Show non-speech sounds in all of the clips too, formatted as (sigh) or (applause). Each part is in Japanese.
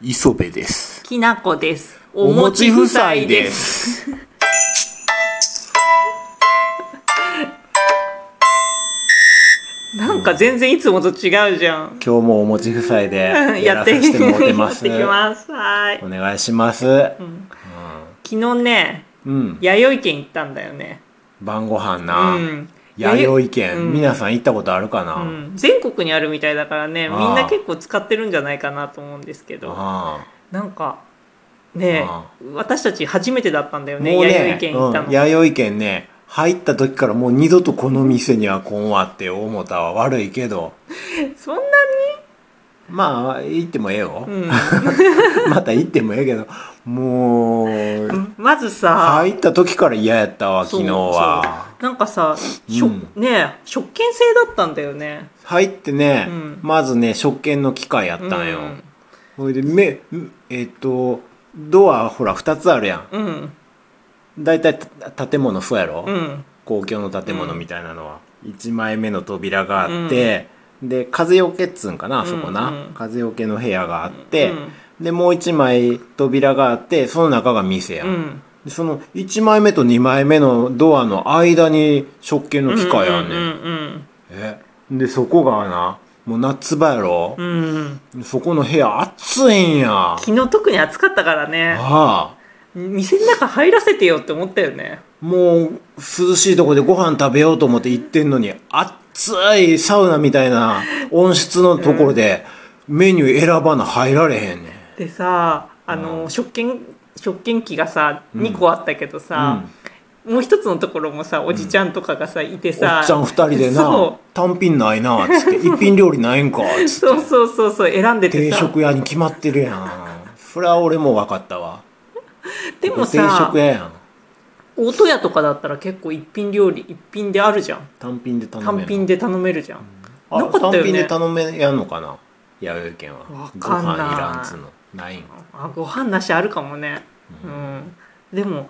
磯部ですきなこです。お餅夫妻お餅夫妻。ですすなんか全然いつもと違うじゃ今ん。日もお餅夫妻で (laughs) ややらってさせてもらってますやってきます。はいお。願いします昨日ね、うん弥生県行ったんだよね。晩ご飯うな、ん。弥生県、うん皆さん行ったことあるかな、うん、全国にあるみたいだからねあみあんな結構使ってるんじゃないかなと思うんですけどあなんかねあ私たち初めてだったんだよあねもう弥ね生県行ったの、うん、弥生県ね入った時からもう二度とこの店には来んわって思ったは悪いけどそんなまあ行ってもええよ、に、 (laughs) また行ってもええけどもううん、 (laughs) まずさ、入った時から嫌やったわそう昨日はそうなんかさ、しょうんね食券制だったんだよね入ってね、うんまずね食券の機械やったんよ、うんほいでめえっ、とドアほら2つあるやんうん大体た建物そうやろ、うん公共の建物みたいなのは、1枚目の扉があって、で風よけっつうんかなあそこな、うんうん風よけの部屋があって、うんでもう1枚扉があってその中が店や、うんんでその1枚目と2枚目のドアの間に食券の機械やね、うんうんえでそこがなもう夏場やろう、んうんうんそこの部屋暑いんや昨日特に暑かったからねああ店の中入らせてよって思ったよねもう涼しいとこでご飯食べようと思って行ってんのに暑いサウナみたいな温室のところでメニュー選ばな入られへんねんでさあの、うん食券食券機がさうん2個あったけどさ、もう一つのところもさおじちゃんとかがさいておさ、っちゃん二人でなそ単品ないなっつって一品料理ないんかっうつそうってそうそうそう選んでて定さ食屋に決まってるやんそれは俺も分かったわでも定さ食屋やん大戸屋とかだったら結構一品料理一品であるじゃん単品で頼め単る品で頼めるじゃん、あなかったよね単品で頼めやんのかな弥生県はわごかんない飯いらんっつうのないんあご飯なしあるかもねうん、でも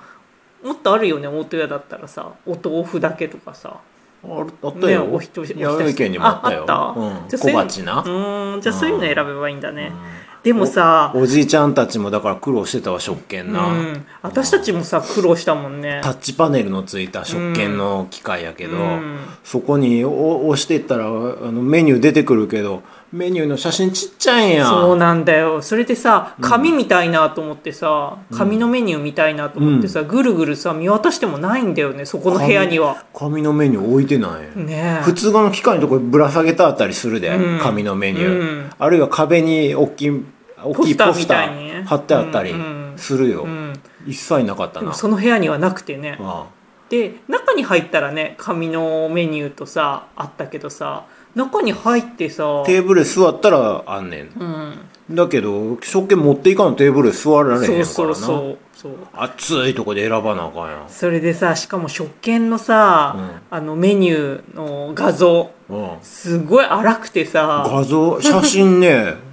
もっとあるよね大戸屋だったらさお豆腐だけとかさああったねよ、おひとし弥生県にもあったよああうんったじゃあそういう小鉢なうーんじゃあそういうの選べばいいんだね、うでもさんおじいちゃんたちもだから苦労してたわ食う券な、ん、私たちもさ苦労したもんねタッチパネルのついた食券の機械やけど、うんそこにお押していったらあのメニュー出てくるけどメニューの写真ちっちゃいんやそうなんだよそれでさ紙みたいなと思ってさ、紙のメニューみたいなと思ってさ、ぐるぐるさ見渡してもないんだよねそこの部屋には紙のメニュー置いてない、ねえ普通の機械のところぶら下げてあったりするで、うん紙のメニュー、うんあるいは壁に大きい大きいポポススタターみたいにーね貼ってあったりうんうんするよ、うん、一切なかったでなもその部屋にはなくてねあで中に入ったらね紙のメニューとさあったけどさ中に入ってさあテーブル座ったらあんねんうんだけど食券持っていかんテーブル座られへんからそうなそうそうそう暑いとこで選ばなあかんやんそれでさしかも食券のさ、あのメニューの画像うん、すごい荒くてさ画像写真ね (laughs)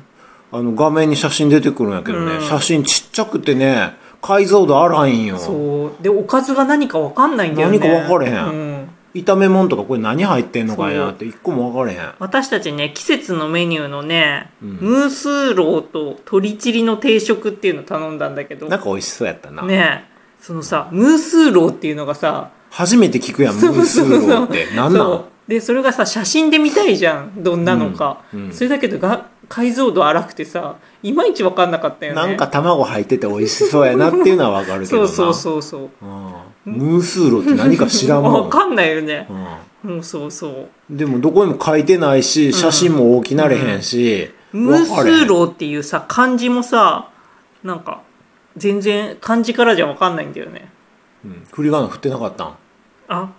あの画面に写真出てくるんやけどね、うん写真ちっちゃくてね解像度あらんよそうでおかずが何か分かんないんだよね何か分かれへんうん炒め物とかこれ何入ってんのかいなって一個も分かれへん私たちね季節のメニューのね、うんムースーローと鶏チリの定食っていうの頼んだんだけどなんか美味しそうやったな、ねそのさムースーローっていうのがさ初めて聞くやんムースーローってなんなそんうでそれがさ写真で見たいじゃんどんなのか、うんうんそれだけどが解像度荒くてさいまいち分かんなかったよねなんか卵入ってて美味しそうやなっていうのは分かるけどそなうそうそうそううんムースーローって何か知らんも (laughs) 分ん、かんないよねう、うんそうそうんでもどこにも書いてないし写真も大きなれへんし、ムー分スかれへんーローっていうさ漢字もさなんか全然漢字からじゃ分かんないんだよねうん、振り仮名振ってなかったんあ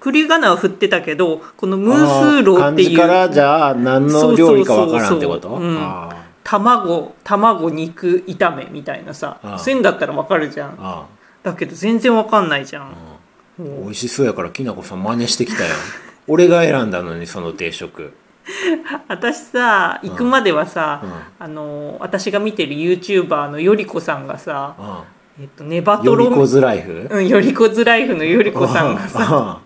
クリガナは振ってたけどこのムースーローっていあー漢字からうじゃあ何の料理かわからんってこそうとそうそうそううんあ卵卵肉炒めみたいなさああ線だったら分かるじゃーんあだけど全然分かんないじゃんー美味しそうやからきなこさん真似してき (laughs) たよ俺が選んだのにその定食私さ行くまではさ、うんあの私が見てる YouTuber のよりこさんがさ、あえっと、ネバーよトりロこずライフうんよりこズライフのよりこさんがさあ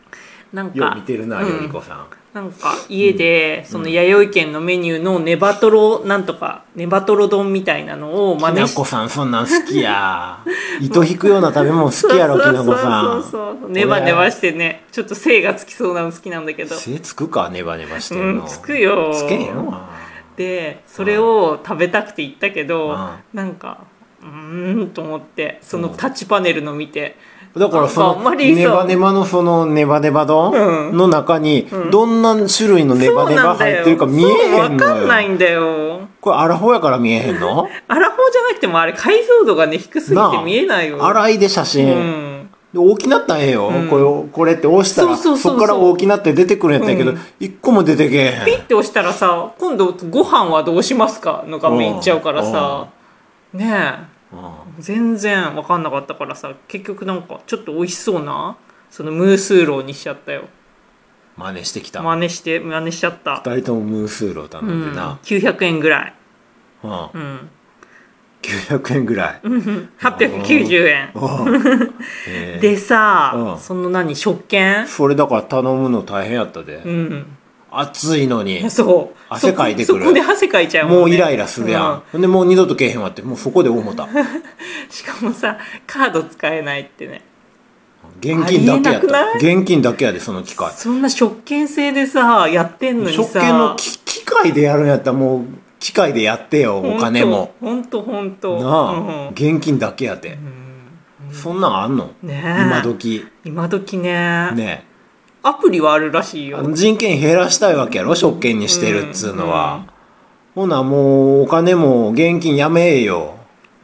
「なんようか見てるな、うんよりこさん。なんか家でその弥生県のメニューのネバトロなんとかネバトロ丼みたいなのをき真な似してこさん、そんなん好きや。糸引くような食べ物好きやろ、きなこさん。そうそうそうそうネバネバしてねちょっと精がつきそうなの好きなんだけど背つくか、ネバネバしてうんんの。つくよつけんよな。でそれを食べたくて行ったけどあなんかうーんと思ってそのタッチパネルの見てだからそなんかのあんまりそネバうネバのそのネバネバう丼んの中にどんな種類のネバネバ入ってるか見えへそんうわかんのないよ。んだよこれアラフォーやから見えへんのアラフォーじゃなくてもあれ解像度がね低すぎなてあ見えないよ荒いで写う真。んで大きなったらええよ、うんこれをこれって押したらそうそそうそうそうっから大きなって出てくるんやったんやけど、うん一個も出てけえピへんッて押したらさ今度ご飯はどうしますかの画面いっちゃうからさねえう全然分かんなかったからさ結局なんかちょっと美味しそうなそのムースーローにしちゃったよん真似してきた真似して真似しちゃった、二人ともムースーロー頼うんん、でな、 900円ぐらい、うんうん、 900円ぐらい、 890円うんええでさ、うんその何食券それだから頼むの大変やったで、うん暑いのにそう汗かいてくるそこそこで汗かいちゃうもんうねイライラするやん、ほん、でもう二度とけえへんわってもうそこで思ったうんしかもさカード使えないってね現金だけやっあたりえなく現金だけやでその機械そんな食券制でさやってんのにさ食券のき機械でやるんやったらもう機械でやってよお金も。本当本当なあ、現金だけやてう。んそんなんあんのうんねえ今時。今時ねねアプリはあるらしいえよあの人件減らしたいわけやろ食券にしてるっつうのは。ほな、もうお金も現金やめえよ。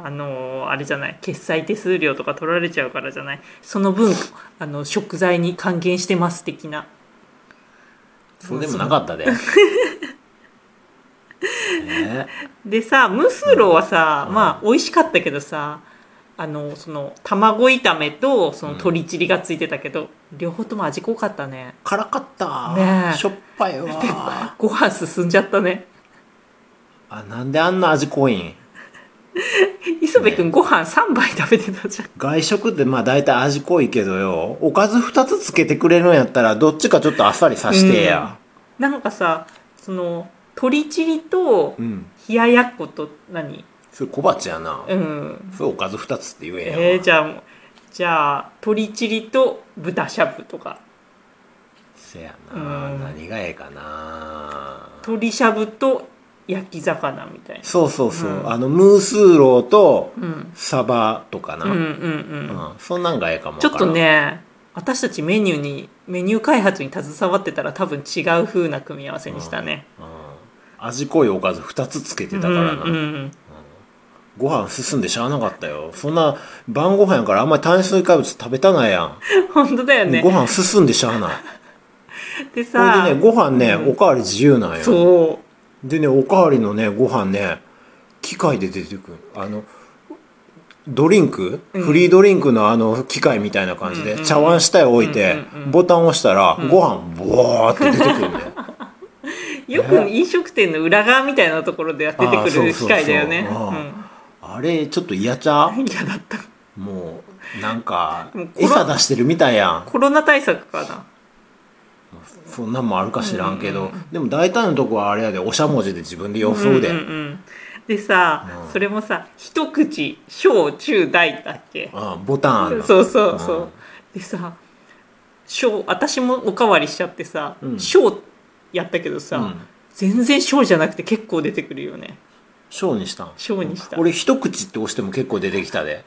あのーあれじゃない決済手数料とか取られちゃうからじゃないその分あの食材に還元してます的なそうでもなかった (laughs) で。ねえでさムースーローはさ、まあ美味しかったけどさあのその卵炒めとその鶏チリがついてたけど、両方とも味濃かったね辛かった。ねえしょっぱいわ。ご飯進んじゃったね (laughs) あ、なんであんな味濃いん磯部君ご飯3杯食べてたじゃん外食ってまあ大体味濃いけどよ。おかず二つつけてくれるんやったらどっちかちょっとあっさりさしてや。なんかさその鶏チリとうん。冷ややっこと何それ小鉢やな。うんそれおかず二つって言えやんわ。えー、じゃあじゃあ鶏チリと豚しゃぶとかせやうな。ん何がええかな。鶏しゃぶと焼き魚みたいなそうそうそう。うんあの、ムースーローとうんサバとかな。うんうんうんうんそんなんがええかもわちかょらっんと。ね私たちメニューにメニュー開発に携わってたら多分違う風な組み合わせにしたね、うん味濃いおかず二つつけてうん、たからな。うんうんご飯進んでしゃあなかったよ。そんな晩ご飯やからあんまり炭水化物食べたないや本当だよん。ねご飯進んでしゃあない。でそれさでね、ご飯ね、うんおかわり自由なんよ。そでね、おかわりのね、ご飯ね、機械で出てくる。あの、ドリンク、うんフリードリンクのあの機械みたいな感じで、うんうん茶碗下へ置いて、うんうんうんボタン押したら、ご飯、ボワーって出てくる (laughs) んだよ。うよく飲食店の裏側みたいなところで出てあーくそうそうるそう機械だよねああれ、ちょっと嫌ちゃうん嫌だったうもう、なんかもう、こら餌出してるみたいやん。コロナ対策かなそんなんもあるか知らんけど、でも大体のとこはあれやで、おしゃもじで自分で予想で。うんうんうんでさ、うんそれもさ一口小中大だっけああボタンあんのそうそうそう、うんでさ小私もおかわりしちゃってさ、うん小やったけどさ、うん全然小じゃなくて結構出てくるよね小にしたん小にした俺一口って押しても結構出てきたで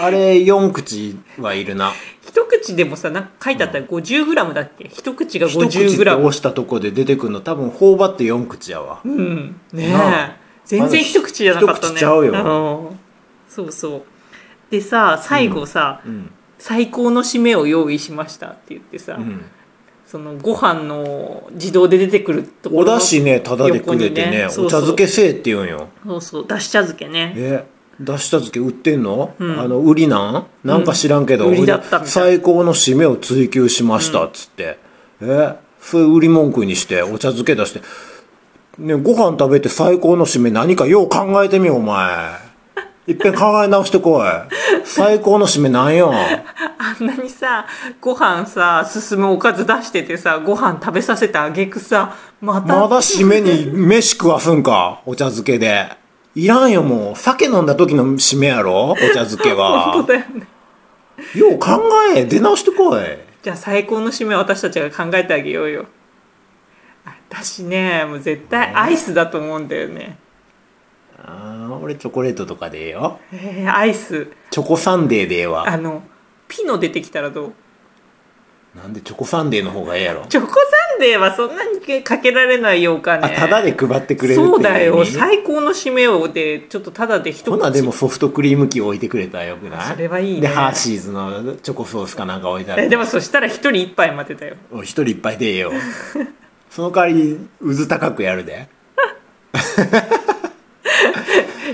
あれ4口はいるな一口でもさなんか書いてあったら 50g だっけ一口が一口って押 50g したとこで出てくるの多分頬張って4口やわうんねなえあ全然一口じゃなかった一ね口ちゃうよんそうそうでさ最後さ、うん最高の締めを用意しましたって言ってさ、うんそのご飯の自動で出てくるとこおろのだしねタダでくれてねお横にねそうそう茶漬けせえって言うんよそうそうだし茶漬けねえだし茶漬け売ってんの、うんあの売りなんなんか知らんけど、うん売りだったみたい最高の締めを追求しましたっつって、えそれ売り文句にしてお茶漬け出して、ね、ご飯食べて最高の締め何かよう考えてみようお前いっぺん考え直してこい。最高の締めなんよ。あんなにさご飯さ進むおかず出しててさご飯食べさせたあげくさまたまだ締めに飯食わすんか、お茶漬けで。いらんよ、もう。酒飲んだ時の締めやろ、お茶漬け (laughs) 本は当。だよねよう考え、出直してこい。じゃあ最高の締めは私たちが考えてあげようよ私ねもう絶対アイスだと思うんだよねあー俺チョコレートとかでええよ。えー、アイスチョコサンデーでええわ。あのピノ出てきたらどうなんでチョコサンデーの方がええやろ。チョコサンデーはそんなにかけられないようかあ、ねただで配ってくれるっていうそうだよ意味最高の締めをでちょっとただで一口ほなでもソフトクリーム機置いてくれたらよくないそれはいいねでハーシーズのチョコソースかなんか置いてあえるでもそしたら一人一杯待てたよお一人いっぱいでええよ (laughs) その代わりうず高くやるで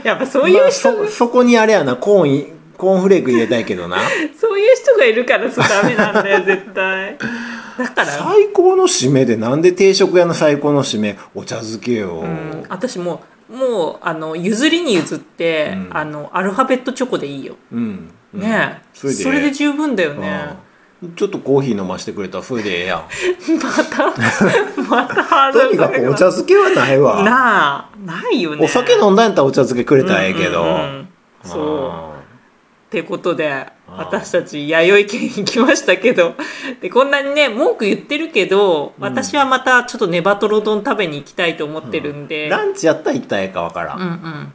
やっぱそういまうあ人、そそこにあれやなコーンいコーンフレーク入れたいけどな (laughs) そういう人がいるからそうダメなん (laughs) だよ絶対だから、最高の締めでなんで定食屋の最高の締めお茶漬けよ、うん、私もうもうあの譲りに譲って、うんあのアルファベットチョコでいいようんうんねえ、そそれれでで十分だよね、うんちょっとコーヒー飲ましてくれたらそれでええや (laughs) んまたまたハードとルにかくお茶漬けはないわ (laughs) なあないよねお酒飲んだんやったらお茶漬けくれたらええけど、うんうんうんそうあってことで私たち弥生県行きましたけど (laughs) でこんなにね文句言ってるけど、私はまたちょっとネバトロ丼食べに行きたいと思ってるんーで、ランチやったら行ったらええかわからんうんうん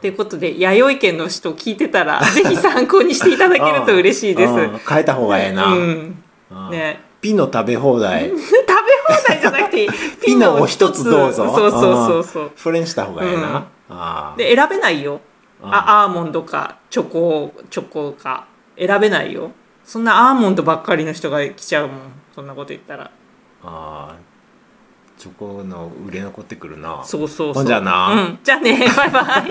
ということで弥生県の人聞いてたら (laughs) ぜひ参考にしていただけると嬉しいです。うんうん変えた方がええな、うんうんね、 (laughs) ピノ食べ放題食べ放題じゃなくて (laughs) ピノを一つどうぞそうそうそうそうそれにした方がええな、うんあーで選べないよあアーモンドかチョコチョコか選べないよそんなアーモンドばっかりの人が来ちゃうもんそんなこと言ったらあーチョコの売れ残ってくるなそうそうそうほんじゃあなうん、じゃあねバイバイ